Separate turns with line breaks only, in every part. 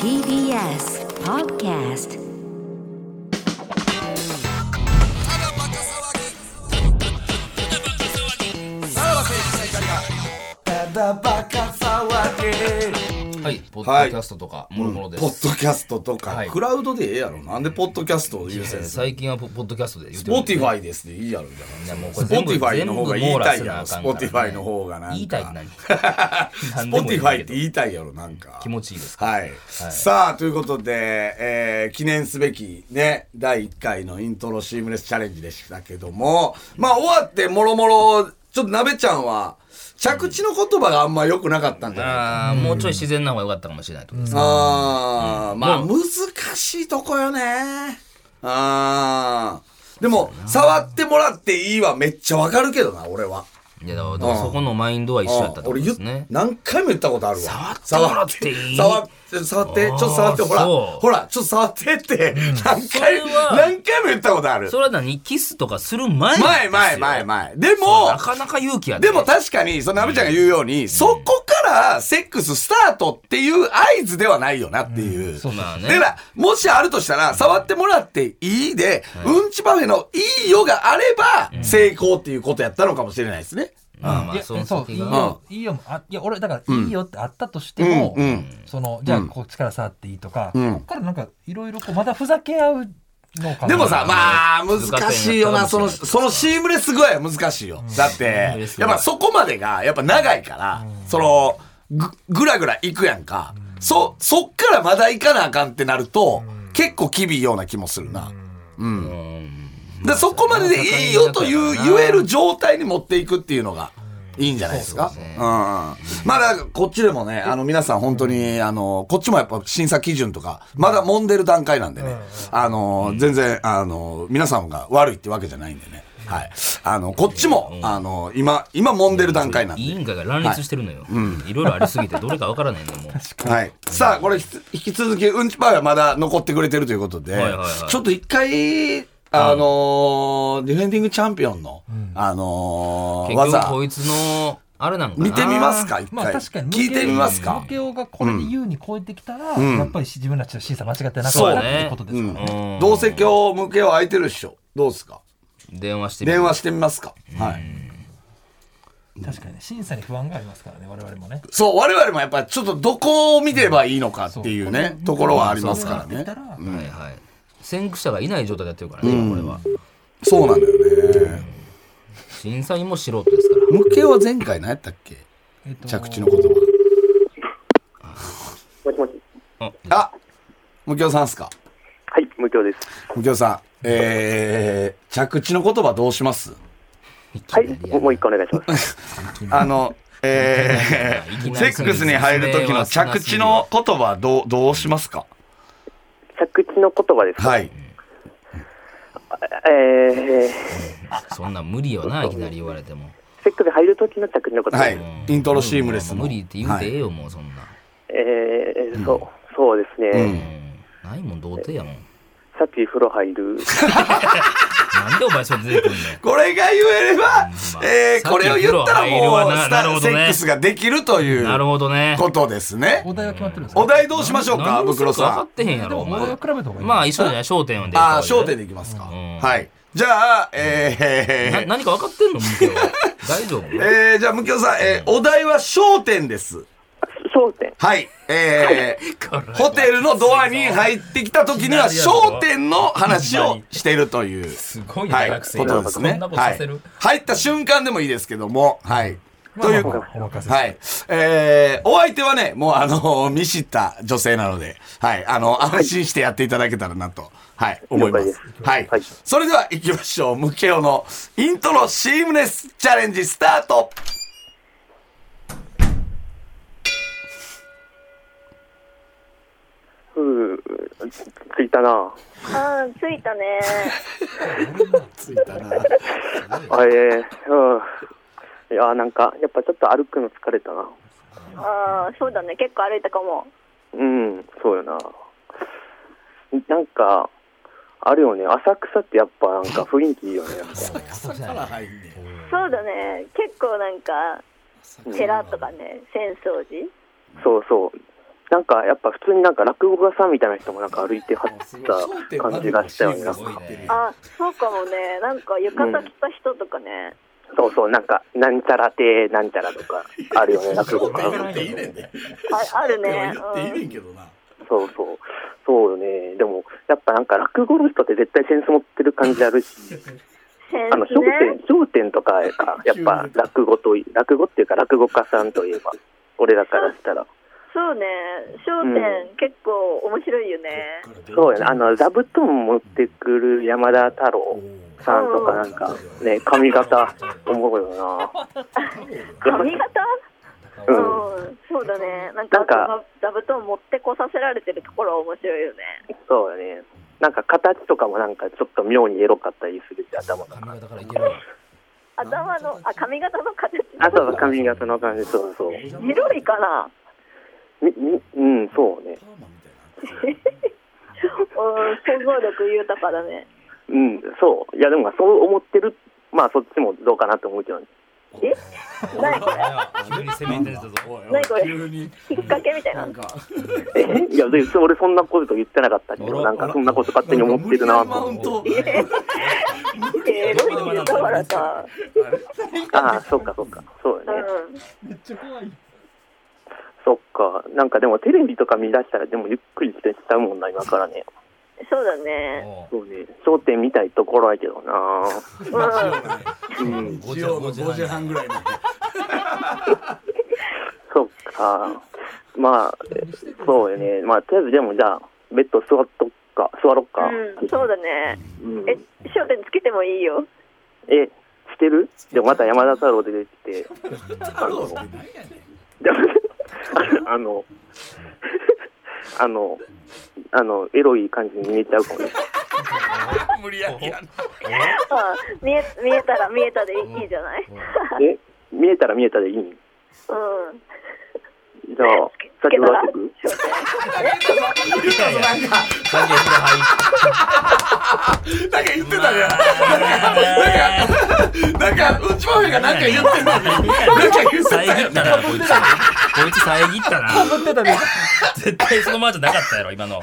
TBS Podcast
はい、ポッドキャストとか、もろもろです。
ポッドキャストとか、
はい
クラウドでええやろなんでポッドキャストを優先する
最近はポポッドキャストで言っ
ス
てる
ポティファイですでいいやろじゃ
いやもうこ
ス
れ
ポ
全
テ
部
ィファイの方が言いたいやろス
全部
ポティフ
網羅せなあかんから
ァイの方がなんか
言いたいって何
ス
何
ポ
でも
テ
い
ィ
い
ファイって
けど
言いたいやろなんか
気持ちいいですか
はい、さあということで、えー記念すべきね第1回のイントロシームレスチャレンジでしたけどもまあ終わってもろもろちょっとなべちゃんは着地の言葉があんま良くなかったんじゃない
あーもうちょい自然な方が良かったかもしれないってことですね
ああ、まあ
うん
難しいとこよね。ああ。でも、触ってもらっていいはめっちゃわかるけどな、俺は。
いやだからだからそこのマインドは一緒や
あ
ったっ
ー
てこと
俺
で
言っ
すね
何回も言ったことあるわ。
触ってもらっていい
触って、触って、ちょっと触って、
あー
ほら、
そう
ほら、ちょっと触ってって、何回、
それは
何回も言ったことある
そ。れは何キスとかする前ですよ
前、前、前、前。でも、
なかなか勇気やね
でも確かに、そのアメちゃんが言うように、そこからセックススタートっていう合図ではないよなっていう。
そうまあね
だから、もしあるとしたら、触ってもらっていいで、うんちパフェのいいよがあれば、成功っていうことやったのかもしれないですね。
まあま
い
あ
や
その
そう
先
いい
が
よいいよもあいや俺だからいいよってあったとしても、
うんうん
そのじゃあこっちから触っていいとか、
ん
こっからなんかいろいろこうまたふざけ合うのかな
でもさ、まあ、
難
難しいよな、その、そのシームレス具合は難しいよ。だって、やっぱそこまでが、やっぱ長いから、その、ぐ、ぐらぐらいくやんか。そ、そっからまだ行かなあかんってなると、結構厳いような気もするな。でそこまででいいよという言える状態に持っていくっていうのがいいんじゃないですか。うんうんまあだからこっちでもね、あの皆さん本当に、あの、こっちもやっぱ審査基準とか、まだ揉んでる段階なんでね、あの、全然、あの、皆さんが悪いってわけじゃないんでね。はい。あの、こっちも、あの、今、今揉んでる段階なんで
委。員会が乱立してるのよいろいろありすぎてどれかわからないのよもう
はい。さあ、これひつ、引き続き、うんちパイはまだ残ってくれてるということで、
はいはいはい
ちょっと一回、あのーディフェンディングチャンピオンの、あのー
結局
技、
こいつのあれなんかな
見てみますか、一
まあ
回。
確かに
聞いてみますか
向。けようがこれで優に超えてきたら、やっぱり自分たちの審査間違ってなかっ
そう
た
ね
ってことですからね
うん
どうせ今日、向けは空いてるっしょ。どうですか
電話してみる
電話してみますか。はい。
確かにね審査に不安がありますからね我々もね
そう、我々もやっぱちょっとどこを見ればいいのかっていうね、ところはありますから
そうな
ね
ってき。たら
はいはい先駆者がいない状態でやってるからねこれは
そうなのよね。
審査員も素人ですから
向けは前回何やったっけ
えっと
着地の言葉。
もしもし。
あ、向けさんっすか
はい、無教です。
右京さん、えー、着地の言葉どうします
はい、もうもう一個お願いします。
あの、え
いき
ー、
な
セ
り
ックスに入る時の着地の言葉どう、どうしますか
着地の言葉ですか。
はい。
えー、
そんな無理よないきなり言われても
セックス入る時の着地の言葉。
はい
うん。
イントロシームレスの
無理って言うてええよもうそんな
えー、そう、そうで
う
すね。
うんないもん童貞やもん
さっき風呂入る。
なんでお前それ出てくんねん
これが言えれば
ま、あ
えー、
さっき
これを言ったらもう、
風呂入るわな
スタ
なるほど
セ
ね
ックスができるとい
なる
う
ほどね
ことですね。
お題は決まってるんですか
お題どうしましょうか、
何の
ブクロ
セック
さ
スか分か
ん
っ。てへんや
で
ろお
もお題を
前
比べた方がいい
まあ一緒じゃない焦点で
あー、焦点で
い
いきますか。
ん
はい。じゃあ、えー、
何か分かってんの向こうは大丈夫
えー、じゃあ、むきおさん、えー、お題は焦点です。
焦点。
はい。えー、ホテルのドアに入ってきた時には、焦点の話をしてるという。
すごい
は
大
い、
学生
ことです
そ
ね。
んなことさ
は
せ
い
る。
入った瞬間でもいいですけども、はい。という、
まあまあお任せして
はい。えー、お相手はね、もうあの、 見知った女性なので、はい。あの、安心してやっていただけたらなと、はい、思いま
了
す
解。
はい
はい。
それでは行きましょう。ムケオのイントロシームレスチャレンジスタート
ふう、ついたな。
あー着いたね。
ついたな。
あ、えー、うん。いやー、なんか、やっぱちょっと歩くの疲れたな。
あーそうだね。結構歩いたかも。
うん、そうよな。なんか、あるよね。浅草ってやっぱなんか雰囲気いいよね。やっぱ
朝から入んね
そうだね。結構なんか、寺とかね、浅草寺。
そうそう。なんかやっぱ普通になんか落語家さんみたいな人もなんか歩いてはった感じがしたよね。なん
す
か
ごいね。
あ、そうかもね。なんか浴衣着た人とかね。
そうそう、なんか、なんちゃらて、なんちゃらとか、あるよね、 落語
焦点
家さ
言
ん
っていいねんで。
ああるね。
焦点言っていいねんけどな。
そうそう。そうよね。でも、やっぱなんか落語の人って絶対センス持ってる感じあるし、
セン
あの、
ス
焦点
ね。、
焦点とかが、やっぱ落語とい、落語っていうか落語家さんといえば、俺らからしたら。
そうね。商店結構面白いよね。
そうよね。あの、座布団持ってくる山田太郎さんとかなんか、ね、髪型、思うよ な。
髪型う
うん。
ん、そうだね。なんか、
なんか
座座布団持ってこさせられてるところ面白いよね。
そうよね。なんか形とかもなんかちょっと妙にエロかったりするし、頭が。
髪型からいけるわ。
頭の、あ、髪型の形。
あ、そうそう、髪型の感じ、そうそう。
白いかな
み、み、うん、そうね。
うん、想像力豊かだね。
うん、そう。いや、でもそう思ってる、まあそっちもどうかなって思うけど、
え何これ
急に攻めてるぞ。
何これ
急に
引っ掛けみたいな。
な
うん
か
えいや、別に俺そんなこと言ってなかったけ
あ
ど、
ら
なんかそんなこと勝手に思ってるな
無理やりマ
と
ウ
思
ン
って。
ト
エロいって言ったからさ。
ああ、そっかそっか。そうよね。
うん。
めっちゃ怖い。
そっか。なんかでもテレビとか見出したら、でもゆっくりしてしちゃうもんな、今からね。
そうだね。
も
そうね。焦点みたいところやけどな。
うん。
うん。
う
日曜の5時半ぐらいに
そっか。まあ、そうよね。まあ、とりあえずでもじゃあ、ベッド座っとっか、座ろっか。
うん、そうだね。
うん
え、焦点つけてもいいよ。
え、してるでもまた山田太郎出てきて、
太郎って何やね
あの、あの、あの、エロい感じに見えちゃうかもね。
ん無理やりやん
あ見え、見えたら見えたでいいいいじゃない
え、見えたら見えたでいいん
うん。
じゃあ、先ほどってく
影の入っ
なんか言ってたじゃんなんかなんかうちまめがなんか言ってたねなんか言ってた
遮ったな、こいつ。こいつ遮ったな。
ってたね。
絶対そのままじゃなかったやろ、今の。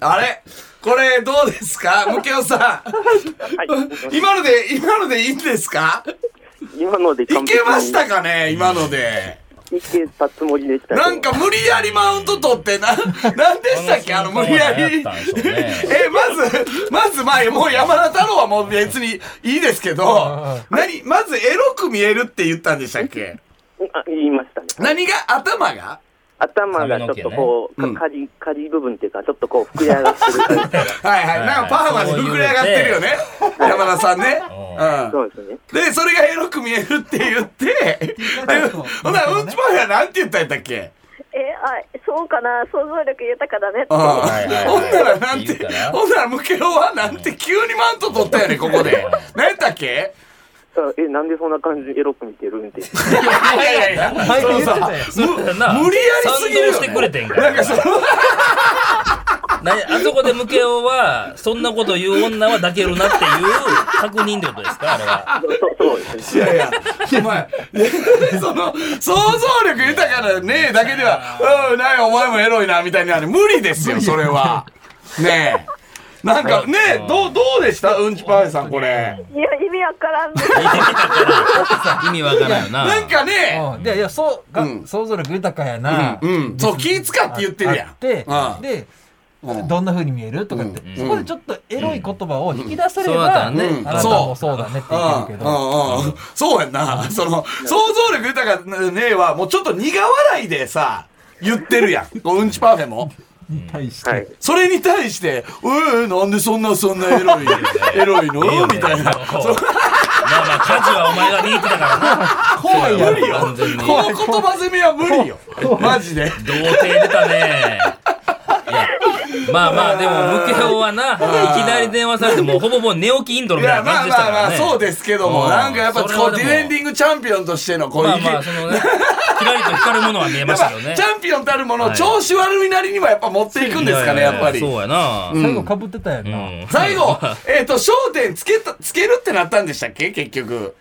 あれこれどうですかムケオさん今ので今のでいいんですか
今ので
い
完璧
け
に
ましたかね今ので
いけたつもりでしたけど
なんか無理やりマウント取ってな、なんでしたっけあの無理やり。え、
この
ま
瞬間は何やったんでしょうね
ず、まずまあ、もう山田太郎はもう別にいいですけど、何、まずエロく見えるって言ったんでしたっけ
あ言いましたね。
何が頭が
頭がちょっとこう、かり、かり部分っていうか、ちょっとこう、膨れ上がってる 感じ。
はいはい。
はい
なんかパーマで膨れ上がってるよね。山田さんね。うん。
そうですね。
で、それがエロく見えるって言って、でほな、うんちまんやなんて言ったんやったっけ
え、あ、そうかな。想像力豊かだねって
うん。。ほん
いはい
ならなん
って
て
言うから、
ほんならムケオはなんて急にマウント取ったよね、ここで。何やったっけ
あえ、なんでそんな感じエロく見てるんって。
いやいやいや、
毎回言ってたよ
そうそう
そうやな
無理やりすぎるよ、ね。
賛同してくれてんから
なんかその、
何あそこでムケオは、そんなこと言う女は抱けるなっていう確認ってことですかあれは。
そうそうです
い
ね。
やいや、お前、 その、想像力豊かなねえだけでは、うん、なんやお前もエロいな、みたいなの無理ですよ、それは。ねえ。なんかねえ、どう、どうでしたうんちぱんさん、これ。
いや、意味わからんね。
意味わからんよな。
なんかね、
うんでいやそうが、
うん
想像力豊かやな、
うん、そう、気使って言ってるや
あ
ん
っ。て
うん
で、
うん
どんな風に見えるとかって、
うん
そこでちょっとエロい言葉を引き出せれ
そう
ば、
だね
うん
あなたもそうだねって言ってるけど、
うんうんうん、そうやんな。その、想像力豊かなねえは、もうちょっと苦笑いでさ、言ってる やん。こううんちパフェも。
に対して、
はい。
それに対して、えー、なんでそんな、そんなエ ロい、エロいの
いいよね
みたいな。
そうまあまあ、家事はお前が握ってたからな。
怖いや
無理よ。こ
完
の言
全に
葉攻めは無理よ。マジで。
童貞出たね。いやまあまあ、でも、ムケオはな、いきなり電話されて、もうほぼもう寝起きインド
い
みた
や、
いな
ま
感
あ
じでした
ま
か
あま
ら
あ、
ね。
そうですけども、
うん
なんかやっぱ、
それは
こ
で
う、
も
ディフェンディングチャンピオンとしての、こう、
まあ
いけ
まあ、そのね、キラリと光るものは見え
や
ま
っ
した
ぱ
けどね。
チャンピオンたるもの、
はい
調子悪いなりにはやっぱ持っていくんですかね、やっぱり。
そうやな。
最後かぶってたやんな、
うん
最後、えっ、と、焦点つけた、つけるってなったんでしたっけ結局。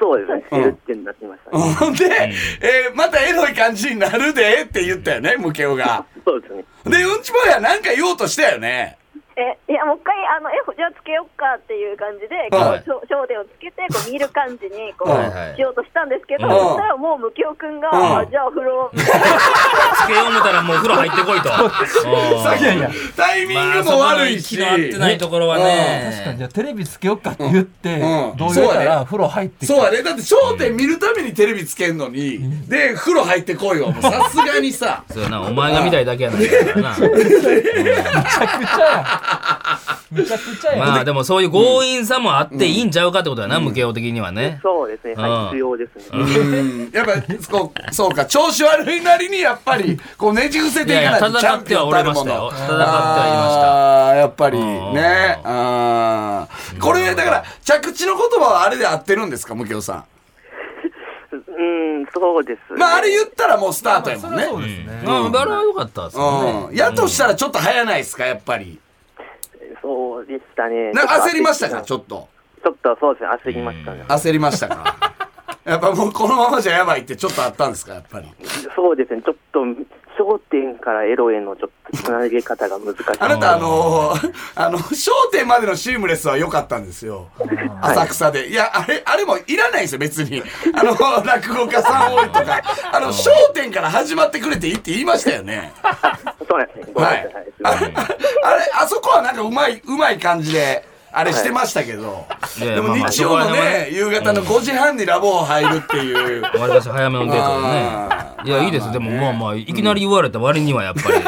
そうですね、してるってなってましたね。
ほんで、えーまたエロい感じになるでって言ったよね、ムケオが。
そうですね。
で、うんちぼやなんか言おうとしたよね。
え、いや、もう一回、あの、え、じゃあつけよっかっていう感じで、こ、
はいう
しょ焦点をつけて、こう、見る感じに、こ、
はい
はいう
しようとしたんですけど、
うん
そしたらもう、ムキオくんが、
うん
あじゃあお 風呂、
つけよう思ったらもう風呂入ってこいと。
いやいや、
タイミングも悪いし。
まあそこの息の合ってないところは
確かに、
ね。
じゃあテレビつけようかって言って、
うんうん
どう言う
そう
た
や
ら
ね
風呂入ってきた
そうやね。だって、焦点見るためにテレビつけんのに、で、風呂入ってこいよ。もうさすがにさ。
そうやな、お前が見たいだけやないからな。
むちゃくちゃや。むちゃくちゃや。
まあでもそういう強引さもあっていいんちゃうかってことやな、無形的にはね。
そうですね、
うん
はい、必要ですね。
うん。やっぱ、こう、そうか、調子悪いなりに、やっぱり、こう、ねじ伏せて
い
い
やい
かな
や、
いとチ
戦
ャ
っ
ン
て
ピ
は
オン
お
た
れ
る
ま
も
した
の
よ。。戦ってはい
あーやっぱり
うん
ね。あーこれ、だから、着地の言葉はあれで合ってるんですか、無形さ
うん、そうです、
ん。
ね。
まあ、あれ言ったらもうスタートやもんね。
そうですね
ました。。うん、バラは良かったですよ
う
ね。
ん。やとしたらちょっと早ないですか、やっぱり。
そうでしたね。
なんか焦りましたか、ち
ちょ
ょっと。
っとそうですね、焦りましたね。
焦りましたか。やっぱもうこのままじゃやばいってちょっとあったんですか、やっぱり。
そうですね、ちょっと、焦点からエロへのちょっとつなげ方が難しい。
あなた、あのー あの、商店までのシームレスは良かったんですよ。浅草で。いや、あれ、あれもいらないですよ、別に。あ の、落語家さん多いとか。あの、商店から始まってくれていいって言いましたよね。
そうなんですね、ごめん
は
ないさい。。
あれ、あれあそこはなんかうまい、うまい感じで、あれしてましたけど。
いや
でも
まあまあ
日曜の
そこら辺は
ね
ね、
夕方の5時半にラボを入るって いう。
わりかし早めのデート
あ
でね。いや、いいです。でも、まあまあ、いきなり言われた割にはやっぱり、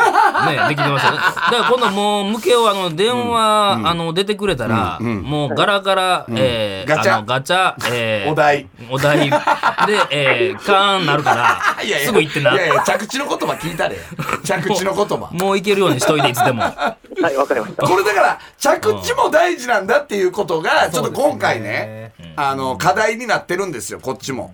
ね、できてましたね。だから今度もう、向けを、あの、電話、あの、出てくれたら、もう、ガラガラ、えー
ガチャ
あのガチャ、えー
お題。
お題。で、えー、カーンなるから、
いやいや。
すぐ行ってない
やいや、着地の言葉聞いたで。着地の言葉。
もう行けるようにしといて、いつ でも。
はい、わかりました。
これだから、着地も大事なんだっていうことが、ちょっと今回ね、あの、課題になってるんですよ、こっちも。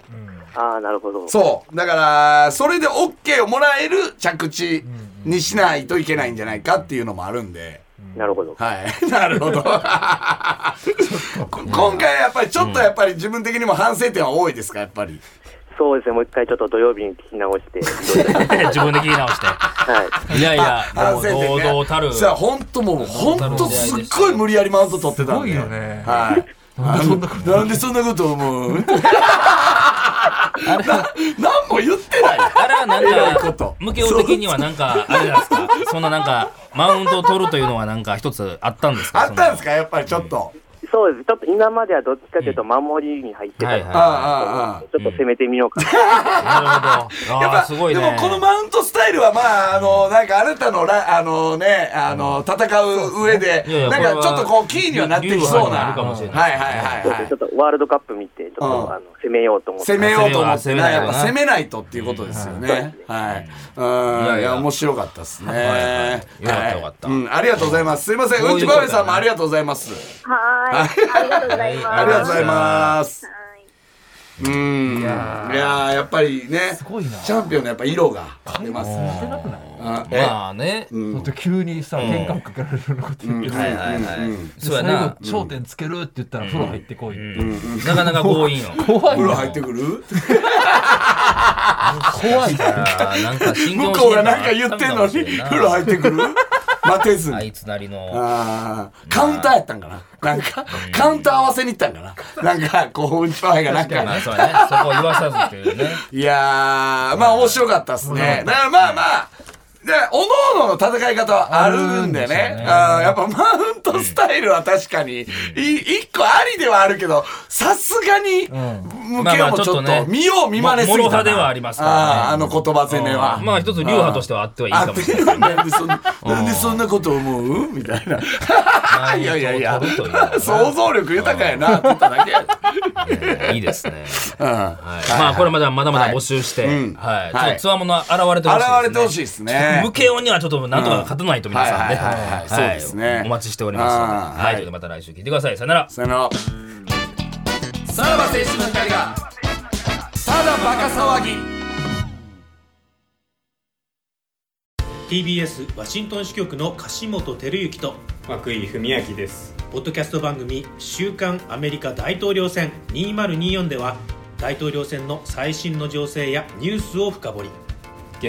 ああ、なるほど。
そう。だから、それで OK をもらえる着地にしないといけないんじゃないかっていうのもあるんで。
なるほど。
はい。 なるほど。こ今回やっぱりちょっとやっぱり自分的にも反省点は多いですか、やっぱり。
そうですね、もう一回ちょっと土曜日に聞き直して、
自分で聞き直して。
はい。
いやいや、で
反
も
省点
堂
ね。
々たる。
さあ、本当もう、本当すっごい無理やりマウント取ってたんで。
すごいよね
はい。なんでそんなこと思うな 何も言ってないよ
あれはな
偉いこ
ん
と
か、無形的にはなんか、あれなんですか、そんななんか、マウントを取るというのはなんか一つあったんですか
あったんです
か
かやっぱりちょっと。
そうです。ちょっと今まではどっちかというと守りに入ってたんですけ
うん
ど、
はい
ああああ
ちょっと攻めてみようかな。
なるほど。
やっ
あ
ぱ
あ、すごい
でも
ね。
このマウントスタイルはまああのなんかあなたのらあのねあの戦う上で
いやいや
なん
これ
か
は
ちょっとこうキーにはなってきそう
流派にな
な
るかもしれない
はいはいはい
ちょ
は
っとワールドカップ見て、ちょっ
うん
とあの攻めようと思
い
って。
攻めようと思って
攻め
な
は攻めない
やっ
とな
ぱ攻めないとっていうことですよねはいうんい
いや
や
いや
面白かったですね
はい
はい
よかったよかった
うんありがとうございますすいません
こういう
うんちばべさん
ことだね
もありがとうございます
はーい。ありがとうございます。
ありがとうございます
はい
うんいやーやっぱりね
すごいな。
チャンピオンのやっぱ色が出ますね
似てなくない
あえ
まあね。
ちょっと急にさ、喧嘩をかけられるようなこと言って
はいはいはい。そうや
最後
な、。
焦点つけるって言ったら風呂入ってこいって。
なかなか強引よ。
怖い
風
な
呂入ってくる
怖い
いやーなんか信
向
用
こうがなんか言ってんのに、風呂入ってくる待てず
あ
に。
いつなりの。
あーカウンターやったんかななんか、カウンター合わせに行ったんかななんか、こう、うんちぱいがなん
まあ
か。
そうやね。そこを言わさずという ね。
いやー、まあ面白かったっすね。だからまあまあ、で、おのおのの戦い方はあるんでね。あーやっぱマウントスタイルは確かに、い一個ありではあるけど、さすがに、向けようもちょっ
まあまあちょっとね
と、見よう見まねすぎたな。
もろ派ではありますからね
あーあの言葉攻めは。
まあ一つ流派としてはあってはいい
あ
かもしれない。
なんでそんな、なんでそんなこと思うみたいな。いやいやいや
マウントを取るというのは、ね
想像力豊かやなって言っただけや。
いいですね。
うん。
はいまあこれまだまだまだ募集して、
はいうん
は
は
い、
い
ちょっとつわもの現れてほしいです、ね。
現れてほしいですね。
無形にはちょっとなんとか勝たないと皆さんね。
うんはいはいはいはいそうですね
お待ちしておりますので。
あー
は
はい
い。ということでまた来週聞いてください。さよなら。
さよなら。さらば青春の光が、ただバカ騒ぎ。
TBS ワシントン支局の樫本照之と
涌井文明です
ポッドキャスト番組「週刊アメリカ大統領選2024」では大統領選の最新の情勢やニュースを深掘り